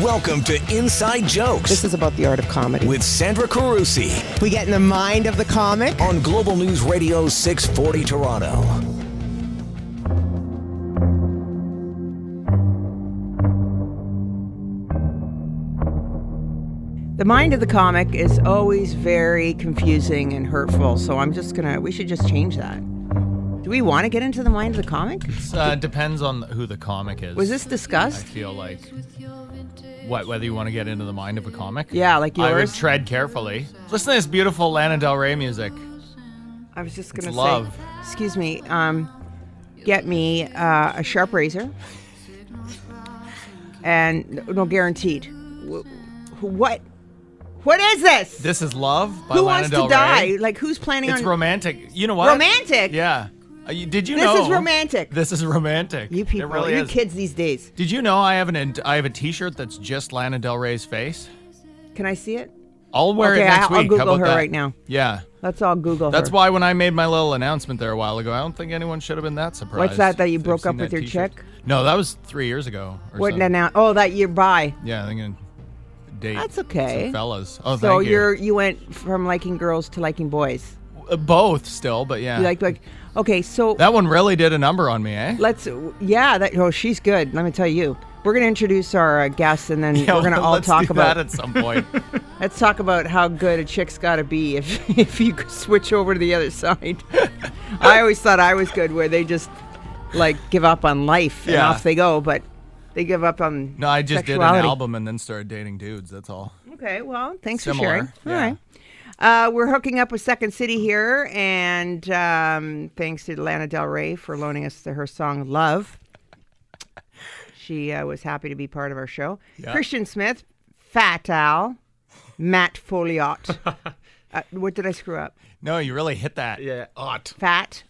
Welcome to Inside Jokes This is about the art of comedy. with Sandra Carusi We get in the mind of the comic. on Global News Radio 640 Toronto. The mind of the comic is always very confusing and hurtful, so I'm just gonna, we should just change that. Do we want to get into the mind of the comic? Uh, it depends on who the comic is. Was this I discussed? feel like what whether you want to get into the mind of a comic. Yeah, like I would yours. tread carefully. Listen to this beautiful Lana Del Rey music. I was just gonna It's say, love. excuse me, um, get me uh, a sharp razor, and no guaranteed. Wh- What? What is this? This is Love by Who Lana wants to Del die? Rey. Like who's planning It's on? romantic. You know what? Romantic? Yeah. Uh, you- did you This know? is romantic. This is romantic. you people, It really you is. kids these days. Did you know I have an ent- I have a T-shirt that's just Lana Del Rey's face? Can I see it? I'll wear Okay, it next I- I'll week. How Google about her that? right now. Yeah. Let's all Google. That's her. why when I made my little announcement there a while ago, I don't think anyone should have been that surprised. that, that you if they've broke up seen with that your t-shirt. chick? No, that was three years ago. Or What something. now? Oh, that you're bi. Yeah, I'm gonna date. That's okay. Some fellas. Oh, so thank you. you're you went from liking girls to liking boys. Uh, both still, but yeah. You like like okay, so that one really did a number on me, eh? let's yeah, that oh she's good. Let me tell you. We're gonna introduce our uh, guests and then we're gonna all let's talk do about that at some point. let's talk about how good a chick's gotta be if if you could switch over to the other side. I always thought I was good where they just like give up on life and Yeah. off they go, but they give up on No, I just did sexuality. an album and then started dating dudes. That's all. Okay, well, thanks Similar, for sharing. All yeah. right. Uh, we're hooking up with Second City here, and um, thanks to Lana Del Rey for loaning us the, her song Love. She uh, was happy to be part of our show. Christian Smith, Fat Al, Matt Foliot. uh, what did I screw up? No, you really hit that. Yeah, ought Fat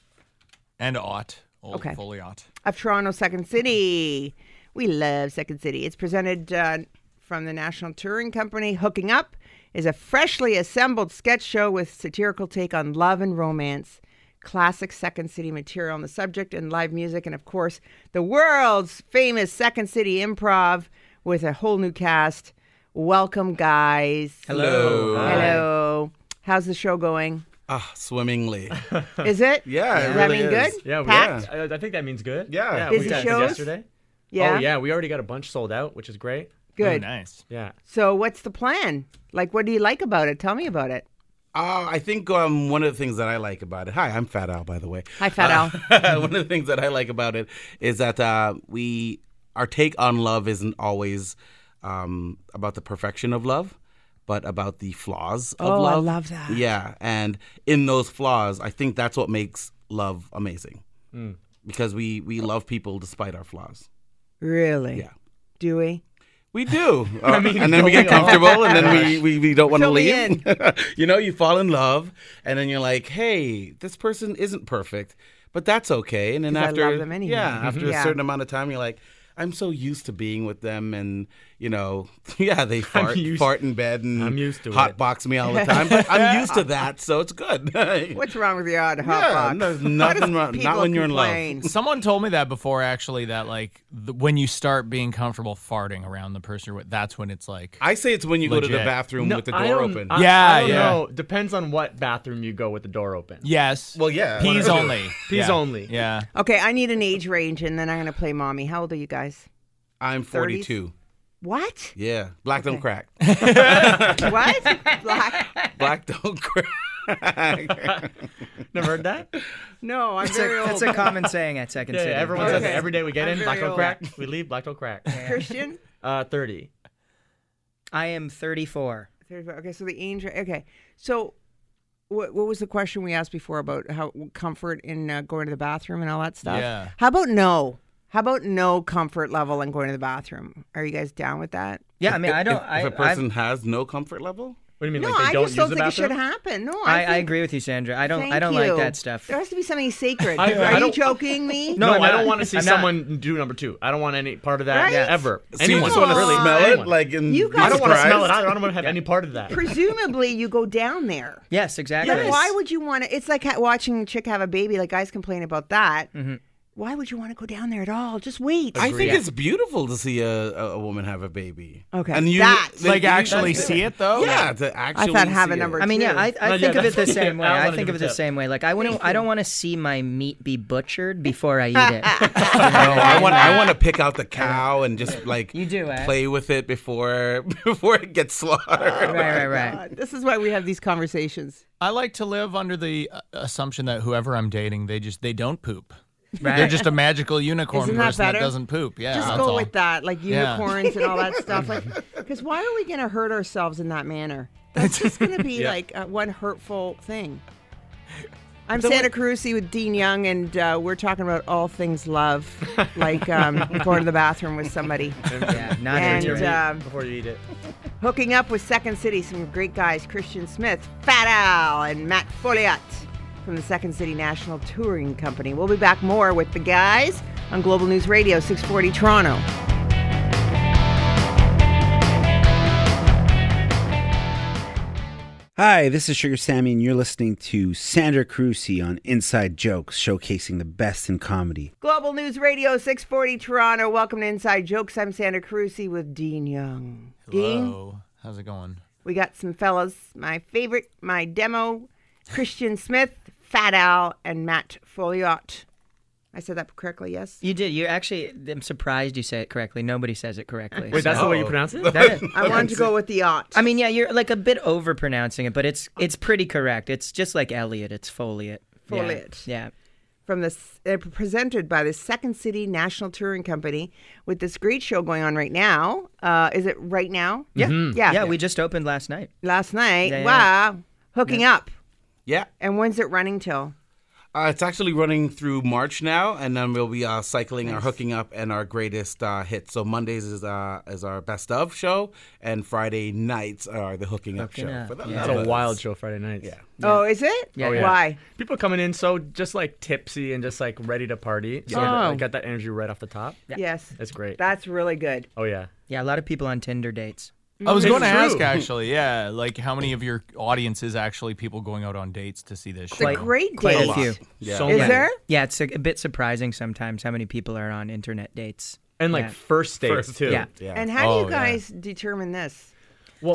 and ought. Old Okay. fully ought. of Toronto Second City. We love Second City. It's presented uh, from the National Touring Company. Hooking Up is a freshly assembled sketch show with satirical take on love and romance, classic Second City material on the subject, and live music, and of course, the world's famous Second City improv with a whole new cast. Welcome, guys. Hello. Hello. How's the show going? Ah, swimmingly. Is it? Yeah, it Does that really mean is. Oh, good? Yeah, we Packed? I, I think that means good. Yeah. yeah Busy we got shows? yesterday. Yeah. Oh yeah, we already got a bunch sold out, which is great. Good. Mm, Oh, nice. Yeah. So what's the plan? Like, what do you like about it? Tell me about it. Ah, I think um, one of the things that I like about it. Hi, I'm Fat Al, by the way. Hi, Fat Al. Al. one of the things that I like about it is that uh, we our take on love isn't always um, about the perfection of love, but about the flaws of Oh, I love. love that. Yeah, and in those flaws, I think that's what makes love amazing, because we we love people despite our flaws. Really? Yeah. Do we? We do. Uh, and then we get comfortable and then we, we, we don't want to Fill me leave. you know, you fall in love and then you're like, hey, this person isn't perfect, but that's okay. And then 'Cause I after, love them anyway. yeah, after Yeah. a certain amount of time, you're like, I'm so used to being with them and, you know, yeah, they fart, used- fart in bed and I'm used to hot it. box me all the time, but I'm used to that, so it's good. What's wrong with the odd hot yeah, box? there's Why does nothing wrong. Not people when you're in love. complain? Someone told me that before, actually, that like the, when you start being comfortable farting around the person you're with, that's when it's like. I say it's when you go to the Legit. bathroom with the I door don't- open. I- Yeah, I don't yeah. know. Depends on what bathroom you go with the door open. yes. Well, yeah, Peas whatever. only. Peas Yeah. only. Yeah. Okay, I need an age range, and then I'm gonna play mommy. How old are you guys? I'm 30s? 42. What? Yeah, black don't crack. What? Black? Black don't crack. Never heard that. yeah, No, I'm It's very a, old. that's a common saying at Second City. yeah, everyone says Okay. it every day we get I'm in. Black very don't crack. We leave. Black don't crack. Christian. Uh, thirty. I am 34. Okay, so the age. Okay, so. What, what was the question we asked before about how comfort in uh, going to the bathroom and all that stuff? Yeah. How about no? How about no comfort level in going to the bathroom? Are you guys down with that? Yeah, I mean, I don't. If, I, if a I've- person has no comfort level, What do you mean? No, like they I don't just use don't the think it should bathroom? happen. No, I, I, I think- agree with you, Sandra. I don't. Thank I don't you. like that stuff. There has to be something sacred. I- I Are you don't- joking me? No, I'm I don't not. want to see I'm not. someone do number two. I don't want any part of that Right? ever. so you Anyone just want to really? smell Anyone. it, like in You guys- I don't want to Jesus smell it. Christ? either. I don't want to have any part of that. Presumably, you go down there. Yes, exactly. Why would you want to? It's like ha- watching a chick have a baby. Like guys complain about that. why would you want to go down there at all? Just wait. I think it's beautiful to see a, a a woman have a baby. Okay. and you That's- Like actually that's- see it though. Yeah, to actually. thought have see a it. number I mean, yeah, too. I, I No, yeah, think of it the that's- yeah, same way. I was I on a think of it the different tip. same way. Like I wouldn't, I don't want to see my meat be butchered before I eat it. No, Oh, I want I want to pick out the cow and just like You do, eh? play with it before before it gets slaughtered. right, right, right. God, this is why we have these conversations. I like to live under the uh, assumption that whoever I'm dating, they just they don't poop. They're Right. just a magical unicorn Isn't that person that, better? doesn't poop. Yeah, Just that's go all. with that, like Yeah. unicorns and all that stuff. Like, because why are we going to hurt ourselves in that manner? That's just going to be Yeah. like uh, one hurtful thing. I'm Santa Cruz with Dean Young, and uh, we're talking about all things love, like um, going to the bathroom with somebody, Yeah, not And, into it. uh, Yeah, um, before you eat it. hooking up with Second City, some great guys Christian Smith, Fat Al, and Matt Folliot from the Second City National Touring Company. We'll be back more with the guys on Global News Radio 640 Toronto. Hi, this is Sugar Sammy, and you're listening to Sandra Carusi on Inside Jokes, showcasing the best in comedy. Global News Radio 640 Toronto. Welcome to Inside Jokes. I'm Sandra Carusi with Dean Young. Dean, Hello. How's it going? we got some fellas, my favorite, my demo, Christian Smith, Fat Al, and Matt Folliot. I said that correctly, yes? You did. You actually. I'm surprised you say it correctly. Nobody says it correctly. Wait, that's the way you pronounce it? That is- I wanted to go with the yacht. I mean, yeah, you're like a bit over pronouncing it, but it's it's pretty correct. It's just like Elliot. It's foliate. Yeah. Foliate. Yeah. from the uh, presented by the Second City National Touring Company with this great show going on right now. Uh, is it right now? Yeah. Yeah. Mm-hmm. yeah. We just opened last night. Last night. Yeah, yeah, wow. Hooking up. Yeah, And when's it running till? uh, it's actually running through March now, and then we'll be uh, cycling our hooking up and our greatest uh, hits. So Mondays is uh, is our best of show, and Friday nights are the hooking up show. up, For the yeah. That's lovers. a wild show Friday nights. Yeah. Oh, is it? Yeah, Oh, yeah. Why? People are coming in so just like tipsy and just like ready to party. So Yeah. I got that energy right off the top. Yes. That's great. That's really good. oh yeah. Yeah. A lot of people on Tinder dates. I Mm-hmm. was It's going to ask true. actually, yeah, like how many of your audience is actually people going out on dates to see this It's show? a great quite a date. lot. Few. Yeah. So Is many. there? Yeah, it's a, a bit surprising sometimes how many people are on internet dates. And like Yeah. first dates First too. Yeah. Yeah. And how do Oh, you yeah. guys determine this?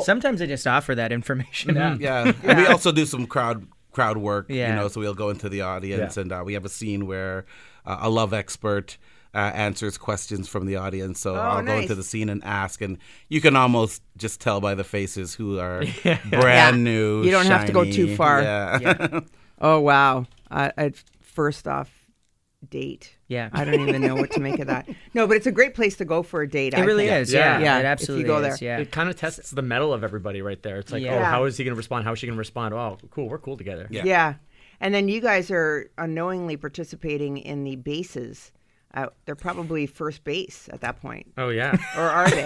Sometimes they just offer that information out. Yeah, and we also do some crowd crowd work. Yeah. you know, so we'll go into the audience, Yeah. and uh, we have a scene where uh, a love expert. Uh, answers questions from the audience, so I'll go nice. into the scene and ask, and you can almost just tell by the faces who are brand Yeah. new. You don't have to go shiny. too far. Yeah. Oh, wow. I, I, first off, date. Yeah. I don't even know what to make of that. No, but it's a great place to go for a date. It I really think. is. Yeah. Yeah, if It you absolutely go is. there. Yeah. It kind of tests the metal of everybody right there. It's like, oh, Yeah. how is he going to respond? How is she going to respond? Oh, cool. We're cool together. Yeah. Yeah. And then you guys are unknowingly participating in the bases. Uh, they're probably first base at that point. Oh, yeah. Or are they?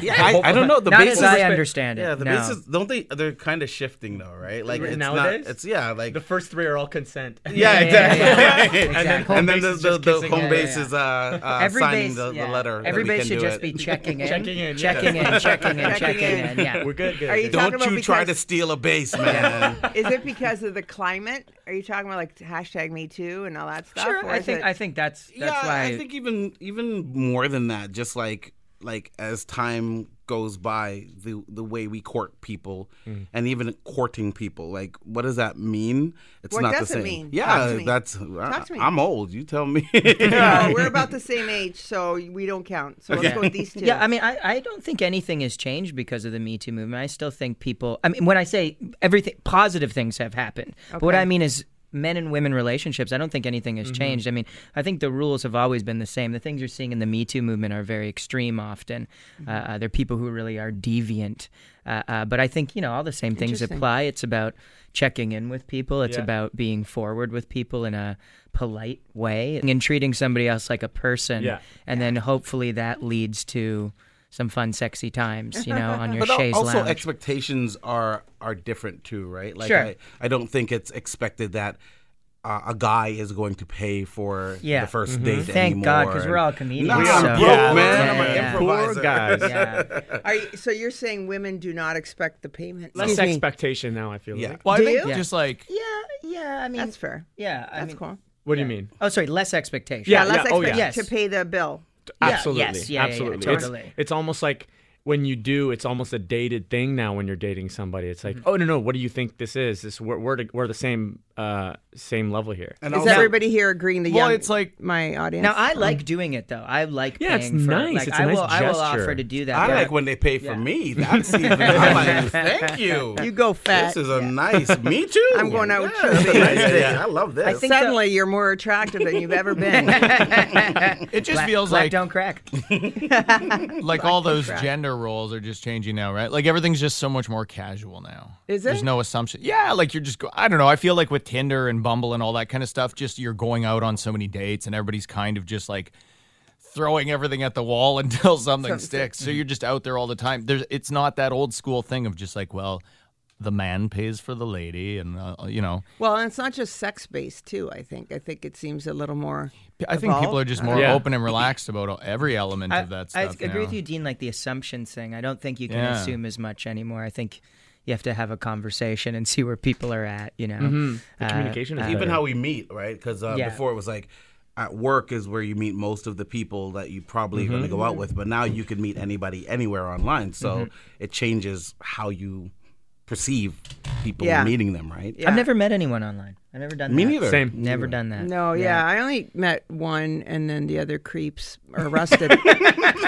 Yeah, I, I don't know. The Not bases as I are- understand it, Yeah, the no. bases don't they? They're kind of shifting though, right? Like it's Nowadays? not. It's yeah, like the first three are all consent. yeah, exactly. And then, Exactly. home And then base the, is the, just the kissing. home Yeah, base yeah. is uh, uh, Every signing base, the, yeah. the letter. that Every we base can should do just it. be checking in, Checking in, yeah. checking in, checking in, Checking checking in. in. Yeah, We're good. good. Are you good. talking Don't about you try to because- steal a base, man. Is it because of the climate? Are you talking about like hashtag Me Too and all that stuff? sure. Or I is think it- I think that's that's yeah, why. I think even even more than that, just like like as time goes by, the the way we court people and even courting people, like what does that mean? It's What not does the it same. mean? Yeah, Talk to me. that's Talk to me. I, am old. You tell me. No, we're about the same age, so we don't count. So let's go with these two. Yeah, I mean, I, I don't think anything has changed because of the Me Too movement. I still think people. I mean, when I say everything, positive things have happened. But what I mean is men and women relationships. I don't think anything Mm-hmm. has changed. I mean, I think the rules have always been the same. The things you're seeing in the Me Too movement are very extreme. Often, Uh, Mm-hmm. uh, they're people who really are deviant. Uh, uh, but I think you know all the same things apply. It's about checking in with people. It's Yeah. about being forward with people in a polite way and treating somebody else like a person Yeah. and then hopefully that leads to some fun, sexy times, you know, on your But al- chaise also lounge. expectations are are different too, right? Like Sure. I, I don't think it's expected that uh, a guy is going to pay for Yeah. Mm-hmm. the 1st date Thank anymore. God, 'cause we're all And- comedians, Nah, so- I'm broke, Yeah, man. yeah, I'm an yeah. improviser. Poor guys. yeah. Are you, so you're saying women do not expect the payment? Less Excuse me. expectation now, I feel Yeah. like. Well, I Do think you? just like yeah, yeah. I mean, That's fair. yeah, I That's mean, cool. What do you mean? Oh, sorry, less expectation. Yeah, less oh, expect yeah. to pay the bill. Yeah, Absolutely. yes, yeah, yeah, yeah, absolutely. totally. It's, it's almost like when you do, it's almost a dated thing now when you're dating somebody. It's like, oh no, no, what do you think this is? This we're we're, we're the same uh, same level here. And Is also- everybody here agreeing to Well, young- it's like- my audience. Now I like doing it though. I like Yeah, it's paying for nice. Like, It's a I nice will I will gesture. offer to do that. I Yeah. like when they pay for me. That's even. I'm like, thank you. you go fat. This is a nice. Me too. I'm going out with Yeah, it's a Chubby. nice day. I love this. I think Suddenly, you're more attractive than you've ever been. It just Black- feels black like don't crack. like all those gender roles are just changing now, right? Like everything's just so much more casual now. Is There's it? no assumption. Yeah, like you're just go- I don't know. I feel like with Tinder and Bumble and all that kind of stuff, just you're going out on so many dates and everybody's kind of just like throwing everything at the wall until something, sticks. So you're just out there all the time. There's it's not that old school thing of just like, well, the man pays for the lady and uh, you know. well, and it's not just sex based too. I think. I think it seems a little more. I think people are just more Yeah. open and relaxed about every element I, of that I stuff. agree with now. you, Dean. Like the assumptions thing. I don't think you can Yeah. assume as much anymore. I think you have to have a conversation and see where people are at. You know, The Uh, communication is even better. how we meet, right? Because uh, Yeah. before it was like at work is where you meet most of the people that you probably are going to go out with, but now you can meet anybody anywhere online. So it changes how you perceive people Yeah. meeting them, right? I've never met anyone online. I've never done Me that. neither. Same. Never done that. No, yeah. I only met one, and then the other creeps are arrested.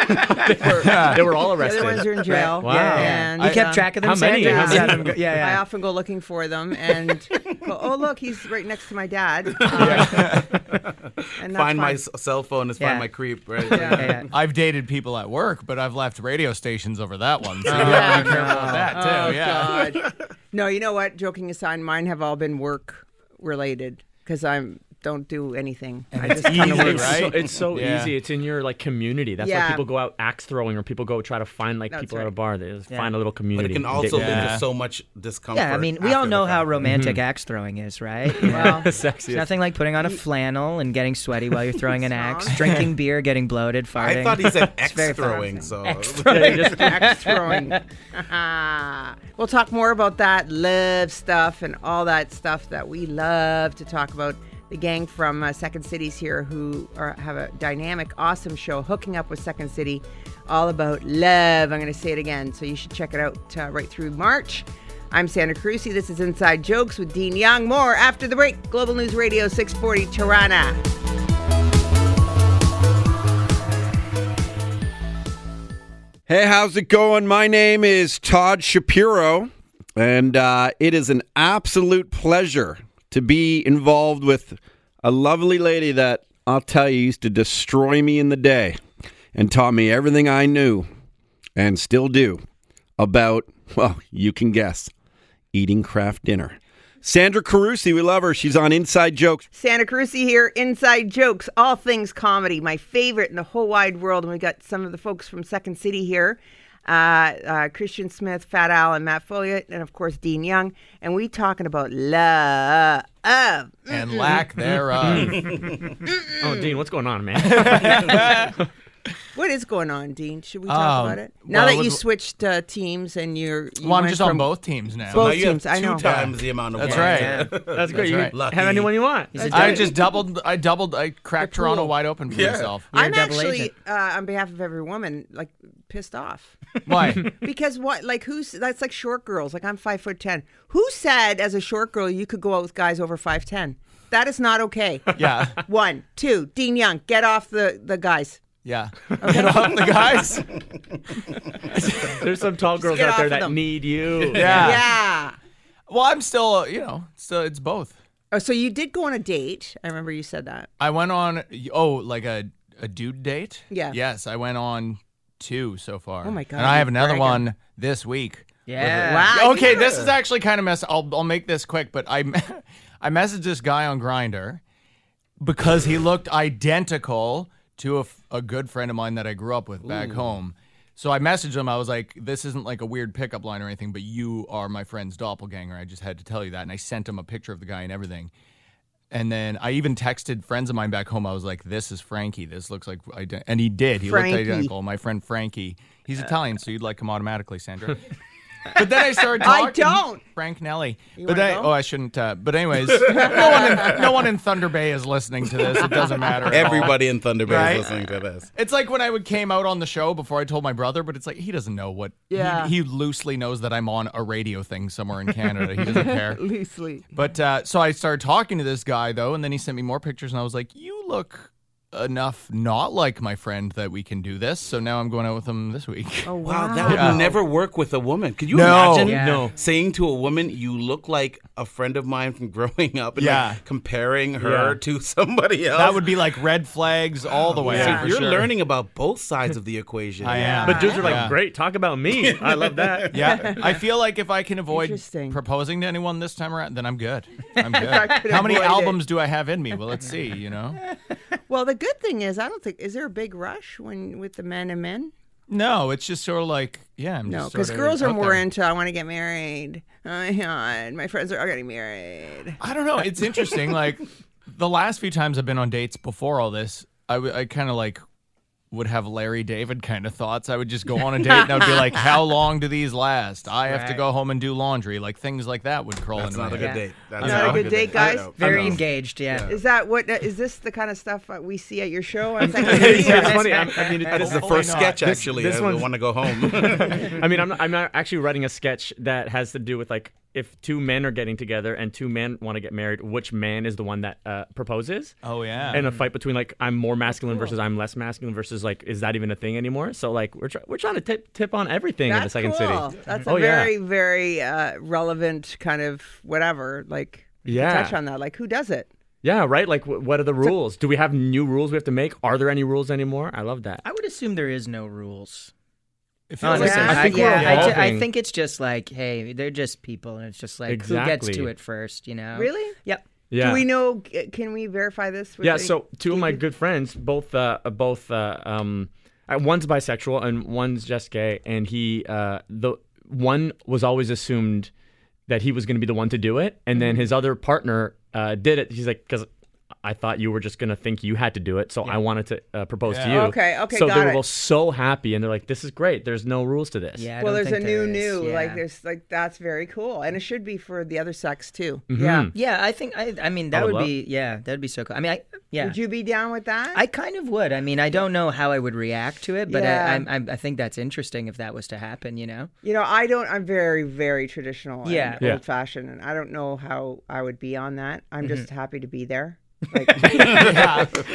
they were all The other ones arrested. are in jail. Wow. Yeah, yeah. And, You kept um, track of them. How many? Sandra? How You got many? them go- Yeah, I yeah. often go looking for them and go, oh, look, he's right next to my dad. Um, and that's Find fine. my s- cell phone is Yeah. find my creep, right? Yeah, yeah. I've dated people at work, but I've left radio stations over that one. So you Yeah. Oh, have to be careful with that too. yeah. No, you know what? Joking aside, mine have all been work related because I'm don't do anything. I just come to easy, work. It's right? so, it's so Yeah. easy. It's in your like community. That's Yeah. why people go out axe throwing, or people go try to find like That's people right. at a bar. They just find a little But community. it can They- also lead Yeah. to so much discomfort. Yeah, I mean, we all after know the how fact. romantic axe throwing is, right? You Well, know? It's nothing like putting on a flannel and getting sweaty while you're throwing an axe, drinking beer, getting bloated, farting. I thought he said X very throwing, so axe throwing. we'll talk more about that love stuff and all that stuff that we love to talk about. The gang from uh, Second Cities here who are, have a dynamic, awesome show, Hooking Up with Second City, all about love. I'm going to say it again, so you should check it out uh, right through March. I'm Sandra Carusi. This is Inside Jokes with Dean Young. More after the break. Global News Radio 640 Tirana. Hey, how's it going? My name is Todd Shapiro, and uh, it is an absolute pleasure to be involved with a lovely lady that I'll tell you used to destroy me in the day and taught me everything I knew and still do about, well, you can guess, eating craft dinner. Sandra Carusi, we love her. She's on Inside Jokes. Santa Carusi here, Inside Jokes, all things comedy, my favorite in the whole wide world. And we got some of the folks from Second City here uh, uh, Christian Smith, Fat Al, and Matt Folliot, and of course Dean Young. And we talking about love. And lack thereof. Oh, Dean, what's going on, man? What is going on, Dean? Should we talk Um, about it? Now well, that with- you switched uh, teams and you're. You well, I'm went just from- on both teams now. Both now you have teams, I know. two times the amount of That's wine. right. That's great. You right. can Lucky. have anyone you want. I just doubled. I doubled. I cracked Your pool. Toronto wide open for myself. You're a I'm double actually, agent. uh, on behalf of every woman, like pissed off. Why? Because what, like, who's that's like short girls. Like, I'm five foot ten. Who said as a short girl you could go out with guys over five ten? That is not okay. Yeah. One, two, Dean Young, get off the the guys. Yeah. Get off the guys. There's some tall girls get out off there of that them. need you. Yeah. Yeah. Well, I'm still. uh, You know. So it's both. Oh, so you did go on a date. I remember you said that. I went on. Oh, like a a dude date. Yeah. Yes, I went on two so far. Oh my God, And I you have another bragger. one this week. Yeah. Wow. okay, this is actually kind of mess. I'll I'll make this quick, but I I messaged this guy on Grinder because he looked identical to a, f- a good friend of mine that I grew up with back home. So I messaged him. I was like, "This isn't like a weird pickup line or anything, but you are my friend's doppelganger." I just had to tell you that, and I sent him a picture of the guy and everything. And then I even texted friends of mine back home. I was like, "This is Frankie. This looks like," ident-. and he did. He Frankie. looked identical. My friend Frankie. He's Italian, so you'd like him automatically, Sandra. But then I started I talking. don't. Frank Nelly. but wanna then, go? oh, I shouldn't. Uh, but anyways, no one in no one in Thunder Bay is listening to this. It doesn't matter. at all. Everybody in Thunder Bay Right. is listening to this. It's like when I would came out on the show before I told my brother, but it's like he doesn't know what. he- Yeah. He, loosely knows that I'm on a radio thing somewhere in Canada. He doesn't care. Loosely. But uh, so I started talking to this guy though, and then he sent me more pictures, and I was like, "You look enough not like my friend that we can do this." So now I'm going out with him this week. Oh, Wow, wow. that would never work with a woman. Could you No. imagine Yeah. No. saying to a woman, "You look like a friend of mine from growing up," and Yeah. like, comparing her Yeah. to somebody else? That would be like red flags all the way. So for you're sure. learning about both sides of the equation. I am. But dudes are like, Yeah. great, talk about me. I love that. Yeah, I feel like if I can avoid Interesting. proposing to anyone this time around, then I'm good. I'm good. How many avoid it. albums do I have in me? Well, let's see. You know, Well, the good thing is, I don't think is there a big rush when with the men and men. no, it's just sort of like yeah, I'm No, just because sorta girls are out more there. into I want to get married. Oh my god, my friends are all getting married. I don't know. It's interesting. like the last few times I've been on dates before all this, I kind of like would have Larry David kind of thoughts. I would just go on a date and I'd be like, "How long do these last? I have to Right. go home and do laundry." Like things like that would crawl That's into not my a good head. date. That's Not a good date, guys? I know. Very I know. engaged, Uh, yeah. Is that what uh, is this the kind of stuff that we see at your show? I'm like, Yeah, it's funny. I'm, I mean, That is the Hopefully first Oh, not. sketch, This- actually. this I one's- want to go home. I mean, I'm not, I'm not actually writing a sketch that has to do with like if two men are getting together and two men want to get married, which man is the one that uh, proposes? Oh yeah. And a fight between like I'm more masculine versus I'm less masculine versus like is that even a thing anymore? So like we're try- we're trying to tip tip on everything in the That's second cool. city. That's a oh yeah. very, very uh, relevant kind of whatever. Like, you Yeah. touch on that. Like, who does it? Yeah, right. Like, wh- what are the rules? Do we have new rules we have to make? Are there any rules anymore? I love that. I would assume there is no rules. It feels Honestly, like- Oh, I think we're yeah, I, ju- I evolving. think it's just like, hey, they're just people, and it's just like who gets to Exactly. it first, you know? Really? Yep. Yeah. Do we know? Can we verify this? With yeah. the- So two of my good friends, both uh, uh, both uh, um, uh, one's bisexual and one's just gay, and he uh, the one was always assumed that he was going to be the one to do it, and Mm-hmm. then his other partner uh, did it. He's like, because. I thought you were just gonna think you had to do it, so I wanted to uh, propose to you. Okay, okay, So got they were it. both so happy, and they're like, "This is great. There's no rules to this." Yeah. I well, don't there's a think new, there is, new. Like, yeah. there's like that's very cool, and it should be for the other sex too. Mm-hmm. Yeah. Yeah, I think I. I mean, that would would, love- be yeah, that'd be so cool. I mean, I yeah. Would you be down with that? I kind of would. I mean, I don't know how I would react to it, but Yeah. I, I, I, I think that's interesting if that was to happen. You know? you know, I don't. I'm very, very traditional. Yeah. And Yeah. Old fashioned, and I don't know how I would be on that. I'm Mm-hmm. just happy to be there. Like,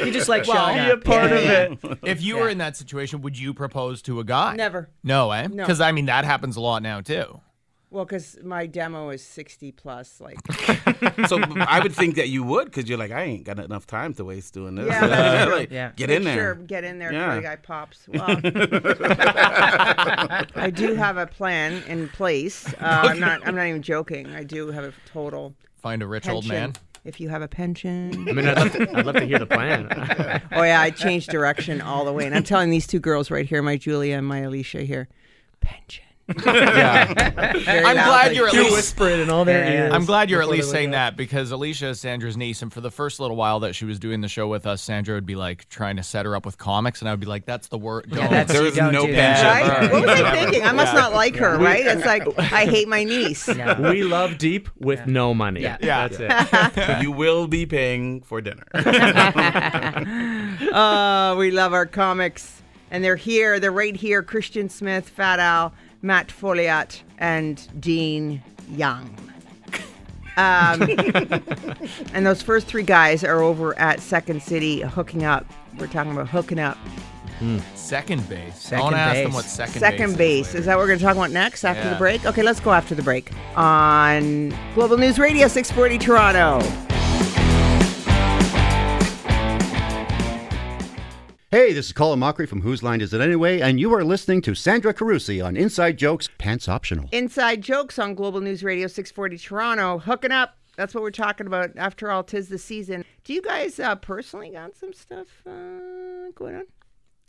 You just like showing be a up, part yeah, of yeah. it. If you were in that situation, would you propose to a guy? Never. No, eh? No. Because I mean that happens a lot now too. well, because my demo is 60 plus. Like, so I would think that you would because you're like, I ain't got enough time to waste doing this. Yeah, that's true. Like, Yeah. Get make in Sure, there. get in there Yeah. before the guy pops. Well, I do have a plan in place. Uh, I'm not. I'm not even joking. I do have a total Find a rich pension. old man. If you have a pension. I mean, I'd love to, I'd love to hear the plan. Oh yeah, I changed direction all the way, and I'm telling these two girls right here, my Julia and my Alicia here, pension. Eh, I'm glad you're at least. whisper it in all their Yeah. ears. I'm glad you're at least saying that because Alicia is Sandra's niece, and for the first little while that she was doing the show with us, Sandra would be like trying to set her up with comics, and I would be like, "That's the word." Yeah, Don't. that's There you is don't no do pension. that. Right? What was I thinking? I must not like her, right? It's like I hate my niece. we love deep with no money. Yeah. Yeah. that's it. But you will be paying for dinner. Uh, we love our comics, and they're here. They're right here. Christian Smith, Fat Al, Matt Foliat, and Dean Young. Um, and those first three guys are over at Second City hooking up. We're talking about hooking up. Second base. I Second want to ask them base. what second, Second base. Is, is. that what we're going to talk about next after Yeah. the break? Okay, let's go after the break on Global News Radio 640 Toronto. Hey, this is Colin Mockery from Whose Line Is It Anyway, and you are listening to Sandra Carusi on Inside Jokes, Pants Optional. Inside jokes on Global News Radio 640 Toronto. Hooking up. That's what we're talking about. After all, tis the season. Do you guys uh, personally got some stuff uh, going on?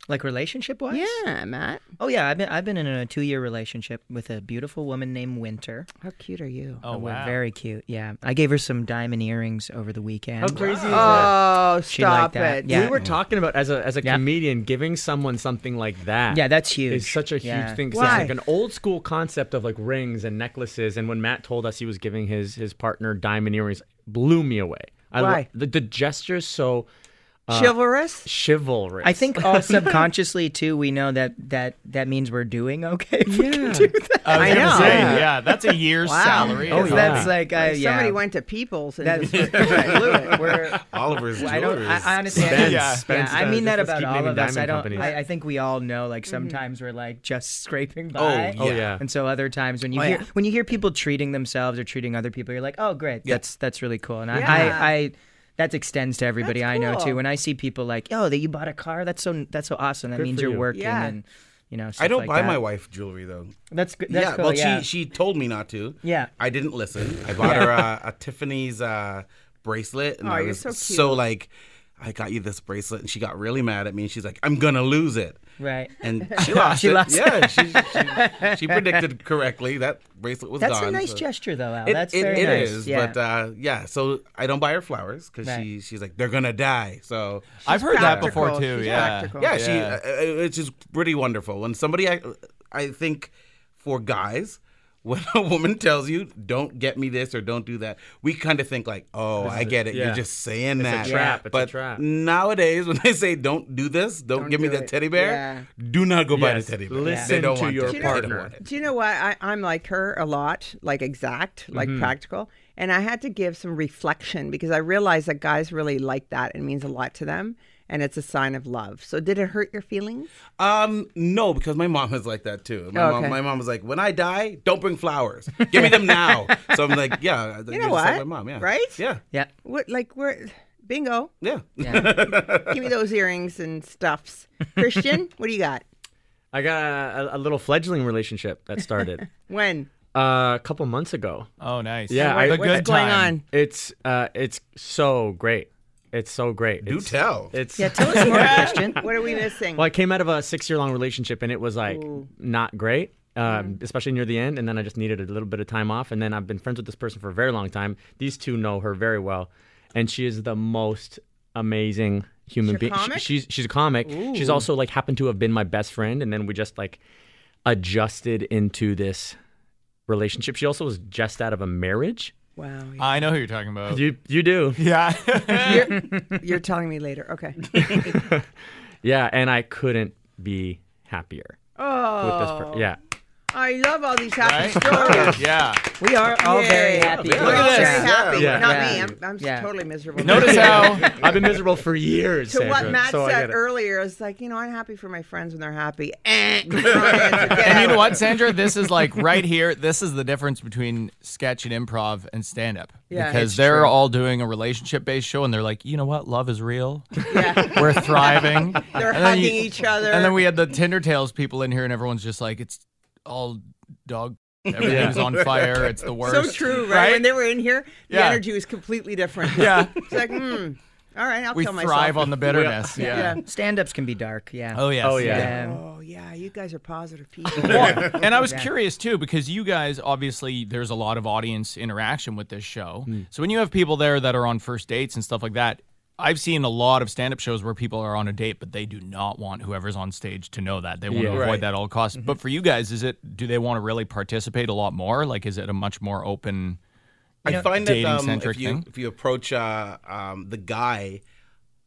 Like relationship wise? Yeah, Matt. Oh yeah, I've been I've been in a two year relationship with a beautiful woman named Winter. How cute are you? Oh We're wow. very cute. Yeah. I gave her some diamond earrings over the weekend. How crazy is that? Oh, She liked stop that. it. Yeah. We were talking about as a as a Yeah. comedian giving someone something like that. Yeah, that's huge. It's such a huge Yeah. thing. 'cause Why? It's like an old school concept of like rings and necklaces. And when Matt told us he was giving his his partner diamond earrings, blew me away. I lo- Why? the, the gesture is so Chivalrous? chivalrous. I think all subconsciously too we know that that that means we're doing okay. if we can do that. I was I gonna know. say, yeah, that's a year's salary. Oh, yeah. That's like I yeah. Somebody went to People's and That's- just blew it. we're Oliver's I don't. jewelers. I, I honestly, I, Spence, yeah, Spence I does. mean that Let's about keep all naming of us. I diamond don't. companies. I, I think we all know. Like sometimes we're like just scraping by. Oh, Oh yeah. And so other times when you Oh, hear yeah. when you hear people treating themselves or treating other people, you're like, oh great, that's that's really cool. And I, Yeah. I, I that extends to everybody That's I know cool. too. When I see people like, oh, that you bought a car, that's so that's so awesome. That means for you're you. working Yeah. and you know. Stuff I don't like buy that. my wife jewelry though. That's good. That's yeah, cool. well, yeah. she she told me not to. Yeah. I didn't listen. I bought her a, a Tiffany's uh, bracelet, and Aw, I you're was so cute. like, I got you this bracelet, and she got really mad at me, and she's like, I'm gonna lose it. right. And she lost She it. lost it. yeah, she, she, she predicted correctly. That bracelet was That's gone. a nice so- gesture though, Al. It, that's it- very it nice. is, yeah. but uh, yeah. So I don't buy her flowers because she she's like they're gonna die. So I've heard that before practical. too. She's yeah. practical. yeah, Yeah. she. Uh, uh, it's just pretty wonderful when somebody. I, I think for guys, when a woman tells you, "Don't get me this" or "Don't do that," we kind of think like, "Oh, I get it. yeah. You're just saying a that." trap, it's a But trap. nowadays, when they say, "Don't do this," "Don't, Don't give me do that it." teddy bear," do not go buy the Yes, teddy bear. listen they don't to want your it. Do you know- They don't partner. want it. Do you know why I, I'm like her a lot, like exact, like Mm-hmm. practical? And I had to give some reflection because I realized that guys really like that and means a lot to them. And it's a sign of love. So, did it hurt your feelings? Um, no, because my mom is like that too. My, Oh, okay. mom, my mom was like, "When I die, don't bring flowers. Give me them now." so I'm like, "Yeah, you know Like my what? mom, yeah, Right? Yeah, yeah. What, like, where? Bingo. yeah. Give me those earrings and stuffs. Christian, what do you got? I got a, a little fledgling relationship that started When? uh, a couple months ago. Oh, nice. Yeah, I- the what's good going time. on? It's uh, it's so great. It's so great. Do it's, tell. It's Yeah. Tell us more, Christian. What are we missing? Well, I came out of a six year long relationship and it was like not great, um, Mm-hmm. especially near the end. And then I just needed a little bit of time off. And then I've been friends with this person for a very long time. These two know her very well. And she is the most amazing human She's a being. comic? she's, she's a comic. She's also like happened to have been my best friend. And then we just like adjusted into this relationship. She also was just out of a marriage. wow. yeah. I know who you're talking about. You, you do. yeah. uh, You're telling me later. Okay. Yeah. And I couldn't be happier Oh, with this person. Yeah. I love all these happy Right? stories. yeah. We are all very Yay. happy. We're Look all at very this. happy. Yeah. Not Yeah. me. I'm, I'm Yeah. totally miserable. Notice how I've been miserable for years. to what Matt said earlier is like, you know, I'm happy for my friends when they're happy. Eh, wrong answer. Get And you out. know what, Sandra? This is like right here. This is the difference between sketch and improv and stand up. Yeah, because it's they're all doing a relationship based show and they're like, you know what? Love is real. Yeah. We're thriving. They're And then hugging each other. And then we had the Tinder Tales people in here and everyone's just like, it's all dog. Everything's on fire. It's the so worst. true, right? Right? When they were in here, the Yeah. energy was completely different. Yeah. It's like, hmm. All right, I'll we kill thrive myself. on the bitterness. Yeah. Stand ups can be dark, yeah. Oh yes. Oh, yeah. Oh yeah, you guys are positive people. Well, and I was curious too because you guys obviously there's a lot of audience interaction with this show. Hmm. So when you have people there that are on first dates and stuff like that, I've seen a lot of stand-up shows where people are on a date but they do not want whoever's on stage to know that. They want to Yeah. Mm-hmm. avoid Right. that at all costs. But for you guys, is it do they want to really participate a lot more? Like is it a much more open I find that um, dating-centric if you thing? if you approach uh, um, the guy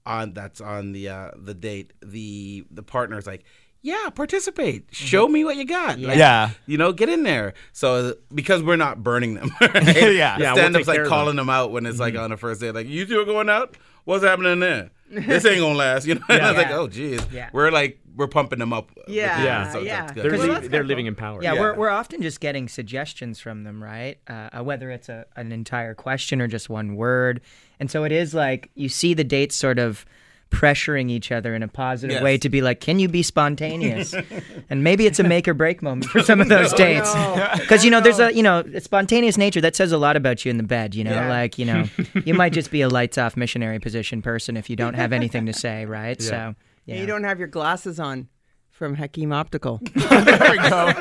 on that's on the uh, the date, the the partner is like, yeah, participate, show me what you got, Like, Yeah. you know, get in there. So because we're not burning them, right? Yeah. we'll stand up's take care of like them. calling them out when it's like on a first date, like you two are going out, what's happening there? this ain't gonna last, you know. I was like, Yeah. oh, geez, Yeah. we're like we're pumping them up. with Yeah, Yeah. the- yeah. that's good. They're, Well, that's li- kinda they're cool. living in power. Yeah, We're, we're often just getting suggestions from them, right? Uh, uh, whether it's a, an entire question or just one word. And so it is like you see the dates sort of pressuring each other in a positive Yes. way to be like, can you be spontaneous? and maybe it's a make or break moment for some of those dates. Because, you know, there's a, you know, a spontaneous nature that says a lot about you in the bed, you know, Yeah. like, you know, you might just be a lights off missionary position person if you don't have anything to say, right? So. And you don't have your glasses on from Hakeem Optical. There we go.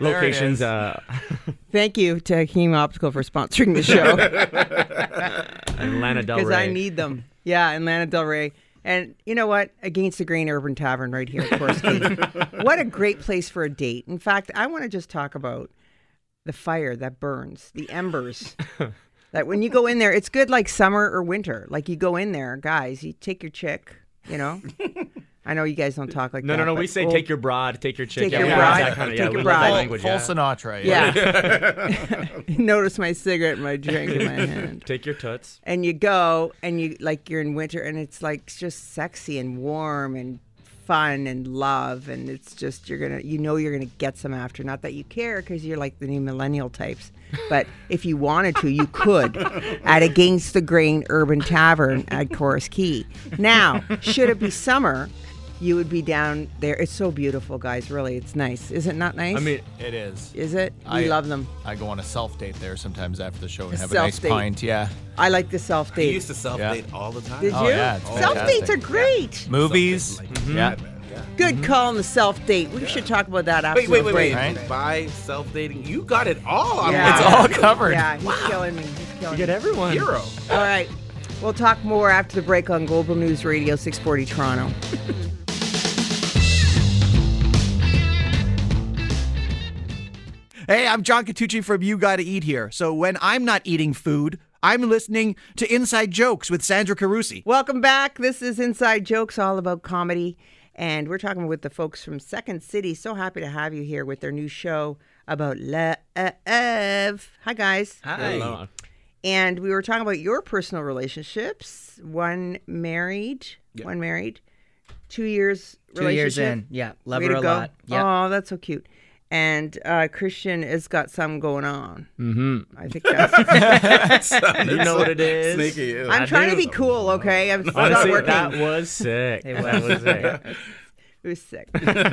Locations. Uh, Thank you to Hakeem Optical for sponsoring the show. and Lana Del because Rey. I need them. Yeah, in Lana Del Rey. And you know what? Against the Grain Urban Tavern right here, of course. what a great place for a date. In fact, I want to just talk about the fire that burns, the embers. that when you go in there, it's good like summer or winter. Like you go in there, guys, you take your chick, you know? I know you guys don't talk like No, that. no, no. We but- say Oh, take your broad, take your chick. Take yeah, your we use bride, that kinda- take yeah, your we love bride. that Full, language, full yeah. Sinatra. Yeah. Notice my cigarette and my drink in my hand. Take your toots. and you go and you like you're in winter and it's like just sexy and warm and fun and love and it's just you're gonna you know you're gonna get some after not that you care because you're like the new millennial types but if you wanted to you could at against the grain urban tavern at chorus key now should it be summer you would be down there it's so beautiful guys really it's nice is it not nice I mean, It is. is it we I- love them I go on a self date there sometimes after the show and A have a nice self-date. pint. Yeah. i like the I self-date used to self date all the time. did you Oh, yeah, it's self-dates fantastic. are great Movies. Mm-hmm. Yeah. Good call on the self date. We should talk about that after Wait, wait, the wait, break. wait. Right. By self dating, you got it all. I'm Yeah. It's all covered. Yeah, he's killing me. He's killing get me. everyone. a hero. All right. We'll talk more after the break on Global News Radio 640 Toronto. Hey, I'm John Cattucci from You Gotta Eat Here. So when I'm not eating food, I'm listening to Inside Jokes with Sandra Carusi. Welcome back. This is Inside Jokes, all about comedy. And we're talking with the folks from Second City. So happy to have you here with their new show about love. Hi, guys. Hello. And we were talking about your personal relationships. One married, one married, two years Two years relationship. in. Yeah. Love Way her to a go. lot. Yeah. Oh, that's so cute. And uh, Christian has got some going on. Mm-hmm. I think that's. You know what it is. Sneaky. ew. I'm trying to do. be cool, okay? I'm it's not Honestly, working. that was sick. It was. That was sick. It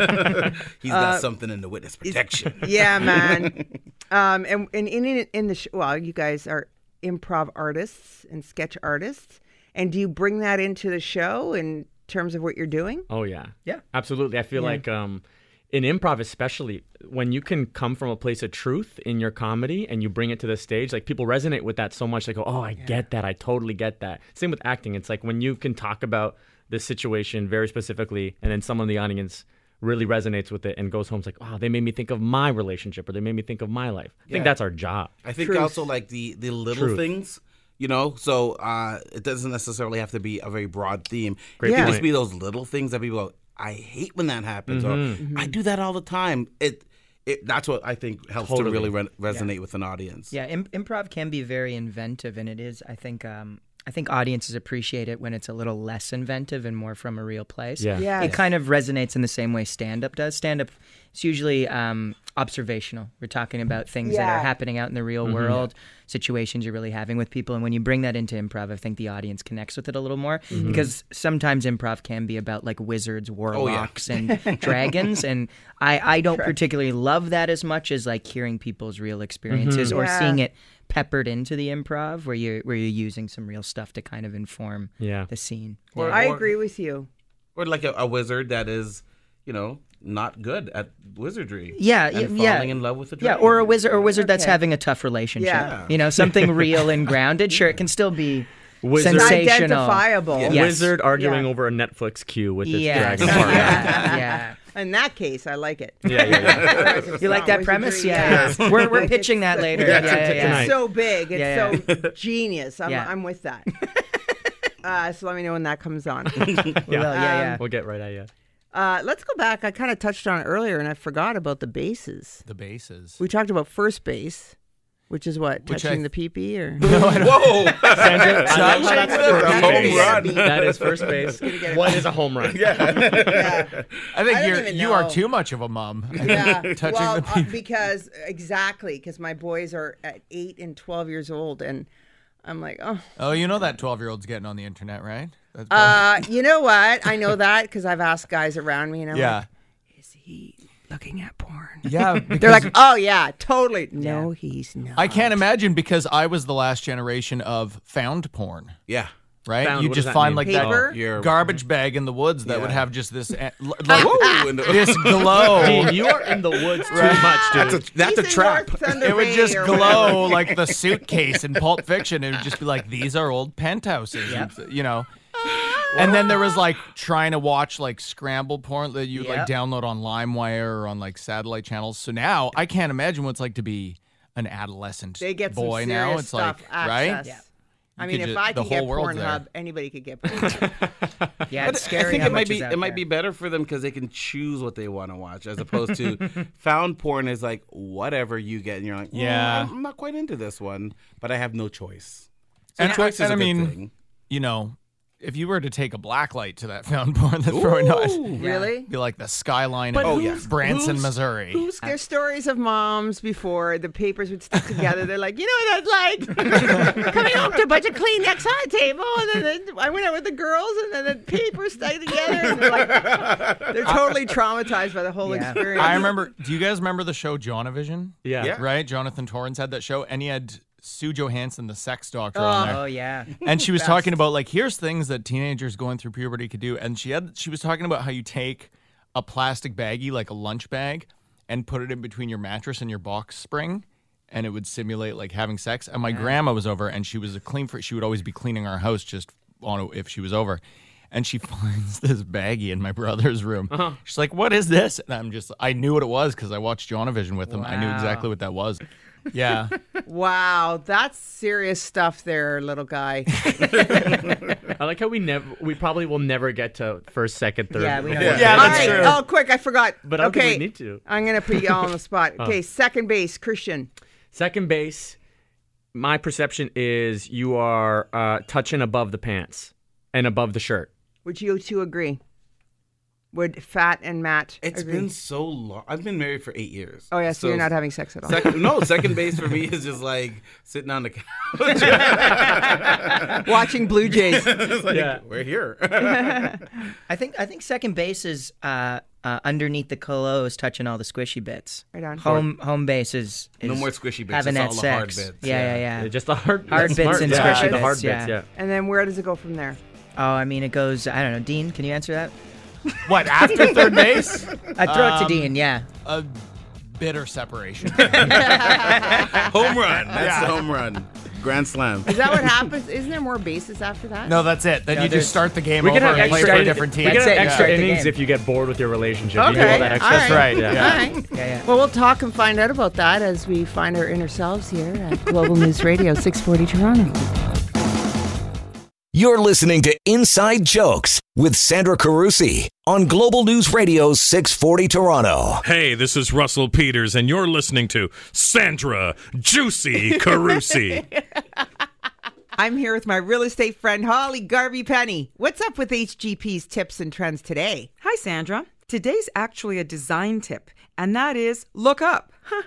was sick. He's got something in the witness protection. yeah, man. Um, and, and in in in the sh- well, you guys are improv artists and sketch artists, and do you bring that into the show in terms of what you're doing? Oh yeah. Yeah. Absolutely. I feel like um in improv especially when you can come from a place of truth in your comedy and you bring it to the stage like people resonate with that so much they go oh i get that i totally get that same with acting it's like when you can talk about the situation very specifically and then someone in the audience really resonates with it and goes home it's like oh they made me think of my relationship or they made me think of my life i think that's our job I think also like the the little Truth. things, you know. So uh, it doesn't necessarily have to be a very broad theme. Great it can point. just be those little things that people. Go, I hate when that happens. Mm-hmm. Or I do that all the time. It. It, that's what I think helps to Totally. really re- resonate with an audience. Yeah, Im- improv can be very inventive, and it is. I think. Um, I think audiences appreciate it when it's a little less inventive and more from a real place. Yeah. Yes. it kind of resonates in the same way stand up does. Stand up, it's usually um, observational. We're talking about things that Yeah. are happening out in the real world, situations you're really having with people, and when you bring that into improv, I think the audience connects with it a little more because sometimes improv can be about like wizards, warlocks, and dragons, and I I don't particularly love that as much as like hearing people's real experiences or Yeah. seeing it peppered into the improv where you are where you're using some real stuff to kind of inform Yeah. the scene. Or- I or- agree with you. Or like a, a wizard that is, you know, not good at wizardry. Yeah, and y- Uh, yeah. falling in love with a Yeah, dragon. or a wizard, or a wizard that's Okay. having a tough relationship. Yeah. You know, something real and grounded. Sure, it can still be Wizard. It's sensational. identifiable. Yes. wizard arguing Yeah. over a netflix queue with this Yes. dragon partner. yeah, yeah. In that case, I like it. yeah yeah yeah You like that premise? Yeah, Yes. yeah. we're we're Like pitching it's- that later. Yeah, Yeah, yeah, it's- yeah. Right. It's so big. It's Yeah, so genius. I'm, Yeah. I'm with that. uh, so let me know when that comes on. We will, yeah, yeah. we'll get right at you Uh, let's go back. I kind of touched on it earlier, and I forgot about the bases. The bases. We talked about first base, which is what Which touching I- the pee or Whoa! Sandra, I love how that's Sandra, first home base. run. That is first base. What is a home run? I think I don't you're even you are know. too much of a mom. Yeah. Touching well, the uh, because exactly because my boys are at eight and twelve years old, and I'm like, oh, Oh, you know that 12 year old's getting on the internet, right? That's uh, you know what? I know that because I've asked guys around me, and I'm yeah. like, is he looking at porn? Yeah. They're like, oh yeah, totally. No, he's not. I can't imagine because I was the last generation of found porn. yeah. right? Found, you what does just that find mean? like Paper? that Your- mm-hmm. garbage bag in the woods that would Yeah. have just this eh, l- Woo! like In the- this glow. Dean, you are in the woods too much, dude. That's a, that's a trap. Thunder It would Bay just or glow whatever. like the suitcase in Pulp Fiction. It would just be like these are old penthouses, and, you know. And then there was like trying to watch like scramble porn that you like Yep. download on LimeWire or on like satellite channels. So now I can't imagine what it's like to be an adolescent They get some boy serious now. It's stuff like right. access. I You mean, could if ju- I the can get whole world's there. Pornhub, anybody could get Pornhub. yeah, But it's scary. Um, I think how it much might be is it out might there. be better for them because they can choose what they want to watch as opposed to found porn is like whatever you get and you're like yeah Yeah. I'm, I'm not quite into this one but I have no choice. So And, choice and is a I good mean, thing. you know, if you were to take a black light to that found porn that's throwing out, Really? be like the skyline But of oh, who's- Branson, who's- Missouri. Who's there's stories of moms before the papers would stick together. They're like, you know what that's like? Coming home to a bunch of Kleenex on the table, and then the- I went out with the girls, and then the papers stuck together. And they're, like, they're totally traumatized by the whole experience. I remember. Do you guys remember the show Jonavision? Yeah. Yeah. Right. Jonathan Torrance had that show, and he had Sue Johansson, the sex doctor, uh, on there. Oh yeah. And she was Best. talking about like here's things that teenagers going through puberty could do, and she had she was talking about how you take a plastic baggie like a lunch bag and put it in between your mattress and your box spring. And it would simulate like having sex. And my grandma was over, and she was a clean. For, she would always be cleaning our house just on a, if she was over, and she finds this baggie in my brother's room. She's like, "What is this?" And I'm just, I knew what it was because I watched Jonavision with him. I knew Wow. exactly what that was. Yeah, Wow, that's serious stuff, there, little guy. I like how we never, we probably will never get to first, second, third. Yeah, we before know that. that. All right. Oh, quick, I forgot. But I don't okay, think we need to. I'm gonna put you all on the spot. Oh. Okay, second base, Christian. Second base, my perception is you are uh, touching above the pants and above the shirt. Would you two agree? Would Fat and Matt? It's agree? been so long. I've been married for eight years. Oh, yeah, so you're not having sex at all. Second, no, second base for me is just like sitting on the couch, Watching Blue Jays. It's like, Yeah. we're here. I think I think second base is uh, uh, underneath the clothes, touching all the squishy bits. Right on. Home home base is, is No more squishy bits, Having it's that all the hard sex. bits, Yeah, yeah. yeah, yeah, Yeah, just the hard- hard that's bits smart. and Yeah, squishy the bits. hard bits, yeah. yeah. And then where does it go from there? Oh, I mean, it goes. I don't know. Dean, can you answer that? What after third base? Uh, I throw it to Um, Dean. Yeah. A bitter separation. home run. That's Yeah. the home run. Grand slam. Is that what happens? Isn't there more bases after that? No, that's it. Then No, you there's- just start the game we over can have and play extra for a in- different team. We can have Yeah. extra the innings game. if you get bored with your relationship. You do Okay, all that extra all right. stuff. Yeah. All right. Yeah, yeah. Well, we'll talk and find out about that as we find our inner selves here at Global News Radio 640 Toronto. You're listening to Inside Jokes with Sandra Carusi on Global News Radio 640 Toronto. Hey, this is Russell Peters, and you're listening to Sandra Juicy Carusi. I'm here with my real estate friend Holly Garvey Penny. What's up with HGP's tips and trends today? Hi, Sandra. Today's actually a design tip, and that is look up. Huh.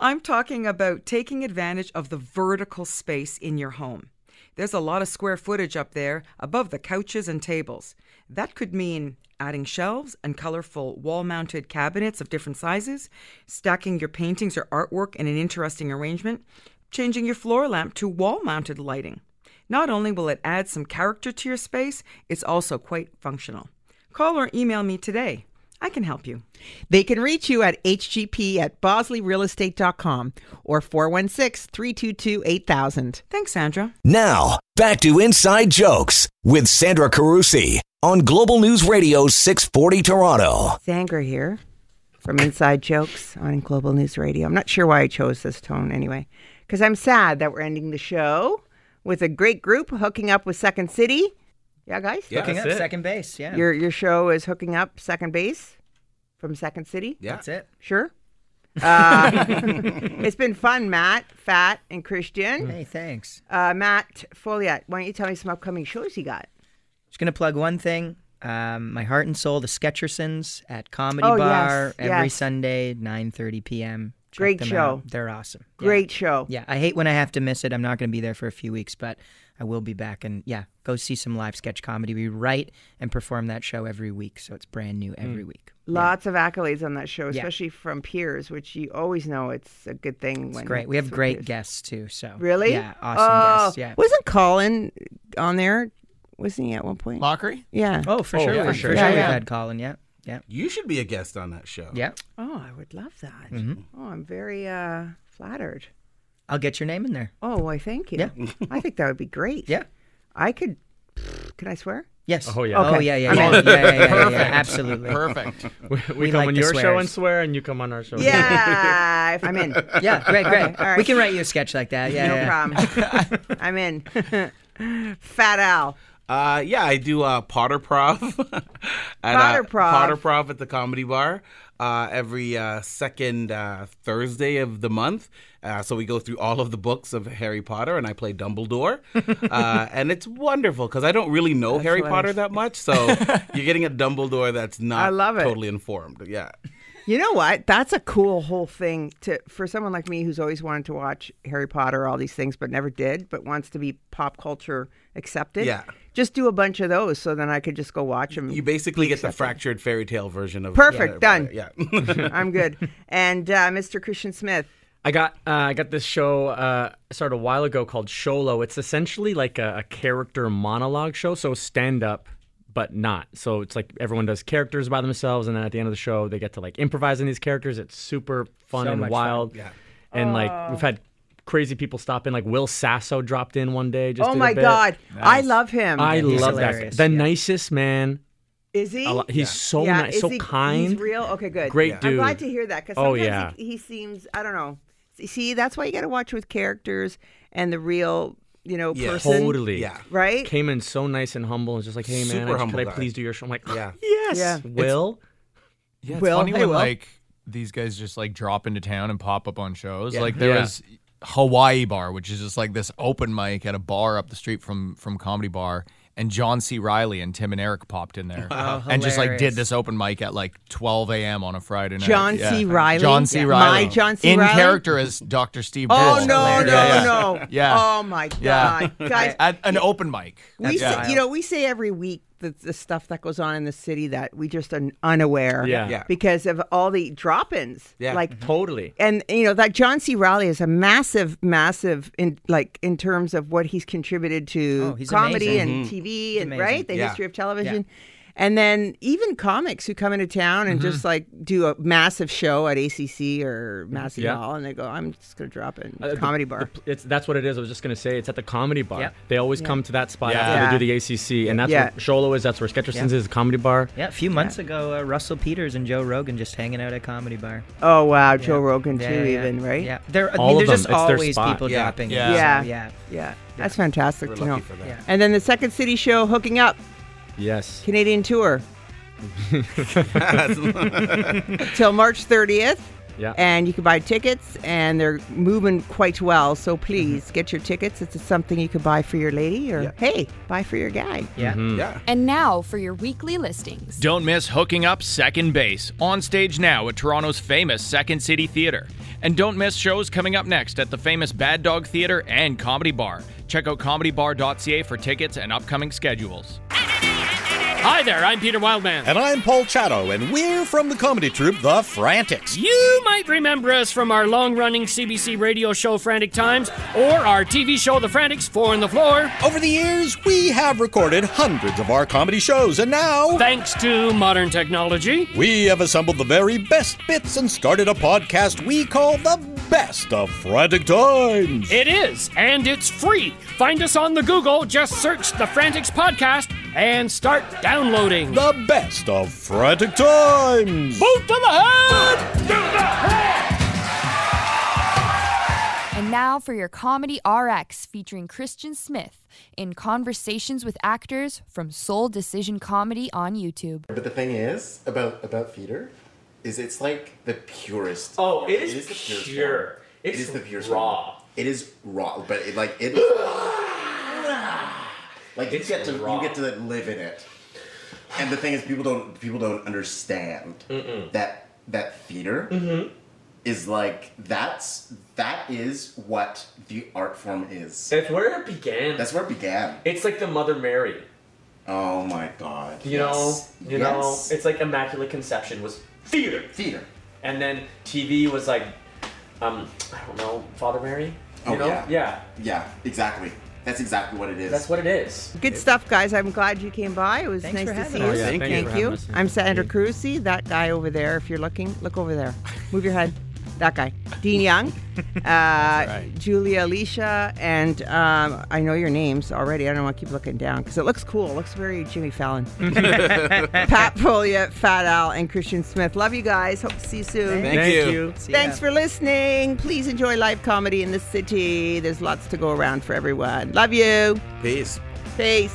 I'm talking about taking advantage of the vertical space in your home. There's a lot of square footage up there above the couches and tables. That could mean adding shelves and colorful wall mounted cabinets of different sizes, stacking your paintings or artwork in an interesting arrangement, changing your floor lamp to wall mounted lighting. Not only will it add some character to your space, it's also quite functional. Call or email me today. I can help you. They can reach you at hgp at bosleyrealestate.com or 416 322 8000. Thanks, Sandra. Now, back to Inside Jokes with Sandra Carusi on Global News Radio 640 Toronto. Zanger here from Inside Jokes on Global News Radio. I'm not sure why I chose this tone anyway, because I'm sad that we're ending the show with a great group hooking up with Second City. Yeah, guys? Hooking up second base. Yeah. Your your show is hooking up second base from Second City. Yeah. That's it. Sure. Uh, it's been fun, Matt, Fat, and Christian. Hey, thanks. Uh, Matt Foliat, why don't you tell me some upcoming shows you got? Just gonna plug one thing. Um, my heart and soul, the Sketchersons at Comedy Oh, yes, Bar every yes. Sunday, 9:30 p.m. Check Great them show. out. They're awesome. Yeah. Great show. Yeah, I hate when I have to miss it. I'm not going to be there for a few weeks, but I will be back. And yeah, go see some live sketch comedy. We write and perform that show every week, so it's brand new every week. Mm. Lots of accolades on that show, Yeah. especially from peers, which you always know it's a good thing. It's when great. We have it's with great peers. guests too. So Really? yeah, awesome Oh, guests. Yeah, Wasn't Colin on there? Wasn't he at one point? Mockery? Yeah. Oh, for sure. yeah. For sure. Yeah, We've yeah. had Colin. Yeah. Yeah. You should be a guest on that show. Yeah. Oh, I would love that. Mhm. Oh, I'm very uh, flattered. I'll get your name in there. Oh, I thank you. Yeah. I think that would be great. Yeah. I could. Can I swear? Yes. Okay. Oh yeah. Yeah. I'm Yeah. in. Yeah. Yeah. yeah, yeah, yeah, Perfect. Absolutely. Perfect. We, we We come like on the your show swears. and swear, and you come on our show. and Yeah, I'm in. Yeah. Great. Great. Okay, all right. We can write you a sketch like that. Yeah. no yeah. problem. I'm in. Fat Al. Uh, yeah, I do uh, Potter Prov. at, uh, Potterprov. Potter Prov at the Comedy Bar uh, every uh, second uh, Thursday of the month. Uh, so we go through all of the books of Harry Potter, and I play Dumbledore, uh, and it's wonderful because I don't really know Harry Potter hilarious. that much. So you're getting a Dumbledore that's not I love it. totally informed. Yeah. You know what? That's a cool whole thing to for someone like me who's always wanted to watch Harry Potter, all these things, but never did, but wants to be pop culture accepted. Yeah. Just do a bunch of those, so then I could just go watch them. You basically get the fractured fairy tale version of Perfect. Harry done. Potter, Yeah. I'm good. And uh, Mr. Christian Smith. I got uh, I got this show uh, started a while ago called Sholo. It's essentially like a, a character monologue show, so stand up, but not. So it's like everyone does characters by themselves, and then at the end of the show, they get to like improvise in these characters. It's super fun So and much wild. fun, yeah. And Oh. like we've had crazy people stop in. Like Will Sasso dropped in one day. Just oh did a my bit. God. I love him. I Yeah, he's love that. hilarious, guy. The nicest man. Is he? A lot- he's Yeah. so Yeah, nice, is so he- kind. He's real. Okay, good. Great I'm dude. glad to hear that because Oh, sometimes yeah. he, he seems I don't know. See, that's why you got to watch with characters and the real, you know, Yeah. person. Totally. Yeah. Right. Came in so nice and humble and just like, hey man, Super I just, humble could I guy. please do your show? I'm like, Yeah. yes, Yeah. Will. Yeah, it's Will, funny hey, when Will. like these guys just like drop into town and pop up on shows. Yeah. Like there Yeah. was Hawaii Bar, which is just like this open mic at a bar up the street from from Comedy Bar. And John C. Riley and Tim and Eric popped in there, Wow, and just like did hilarious. this open mic at like 12 a.m. on a Friday night. John C. Yeah. Reilly? John C. Yeah. Riley, My John C. in Reilly? character as Dr. Steve. Oh, Brule. no, Yeah, no, yeah. no. Yeah. Oh, my Yeah. God. Guys, At an open mic. We say, you know, we say every week the, the stuff that goes on in the city that we just are unaware Yeah. Mm-hmm. Yeah. because of all the drop-ins. Yeah. Like Totally. And you know that John C. Riley is a massive, massive in like in terms of what he's contributed to Oh, he's comedy amazing. and Mhm. TV He's and amazing. right the Yeah. history of television, and then even comics who come into town and Mm-hmm. just like do a massive show at ACC or Massey Yeah. Hall, and they go, "I'm just going to drop in Uh, the- comedy the bar." pl- it's that's what it is. I was just gonna say it's at the comedy bar. Yeah. They always Yeah. come to that spot Yeah. after Yeah. they do the ACC, and that's Yeah. where Sholo is. That's where Sketchersons Yeah. is. Comedy bar. Yeah, a few months ago, uh, Russell Peters and Joe Rogan just hanging out at comedy bar. Oh wow, Joe Rogan Yeah, too, yeah, yeah. even right? Yeah, there. I All mean, of there's them. just It's their always spot. people Yeah. dropping. Yeah. in, so, Yeah. yeah, yeah. That's fantastic We're to lucky know. for that. Yeah. And then the Second City show hooking up Yes. Canadian tour till March 30th. Yeah. And you can buy tickets, and they're moving quite well. So please get your tickets. It's something you could buy for your lady, or hey, buy for your guy. Yeah. Yeah. And now for your weekly listings. Don't miss Hooking Up Second Base, on stage now at Toronto's famous Second City Theatre. And don't miss shows coming up next at the famous Bad Dog Theatre and Comedy Bar. Check out comedybar.ca for tickets and upcoming schedules. Hi there, I'm Peter Wildman. And I'm Paul Chatto, and we're from the comedy troupe The Frantics. You might remember us from our long running CBC radio show Frantic Times or our TV show The Frantics, Four on the Floor. Over the years, we have recorded hundreds of our comedy shows, and now, thanks to modern technology, we have assembled the very best bits and started a podcast we call The Best of Frantic Times. It is, and it's free. Find us on the Google, just search The Frantics Podcast and start downloading. The best of Frantic Times. Boot to the head! And now for your Comedy RX featuring Christian Smith in conversations with actors from Soul Decision Comedy on YouTube. But the thing is about about theater, is it's like the purest. Oh, it is the purest pure. form. It's it is the purest raw. form. It is raw, but it, like it. like you get to you get to live in it. And the thing is, people don't people don't understand that that theater is like that's that is what the art form is. That's where it began. That's where it began. It's like the Mother Mary. Oh my god. You yes. know, you Yes. know, it's like Immaculate Conception was theater. Theater. And then TV was like, um, I don't know, Father Mary. You Oh, know? yeah. Yeah. Yeah, exactly. That's exactly what it is. That's what it is. Good stuff, guys. I'm glad you came by. It was nice to see you. us. Yeah, thank you for Thank having you. us. I'm Sandra Carusi. That guy over there, if you're looking, look over there. Move your head. That guy. Dean Young, uh, Julia Alicia, and um, I know your names already. I don't want to keep looking down because it looks cool. It looks very Jimmy Fallon. Pat Folia, Fat Al, and Christian Smith. Love you guys. Hope to see you soon. Thank Thank you. you. See ya. Thanks for listening. Please enjoy live comedy in the city. There's lots to go around for everyone. Love you. Peace. Peace.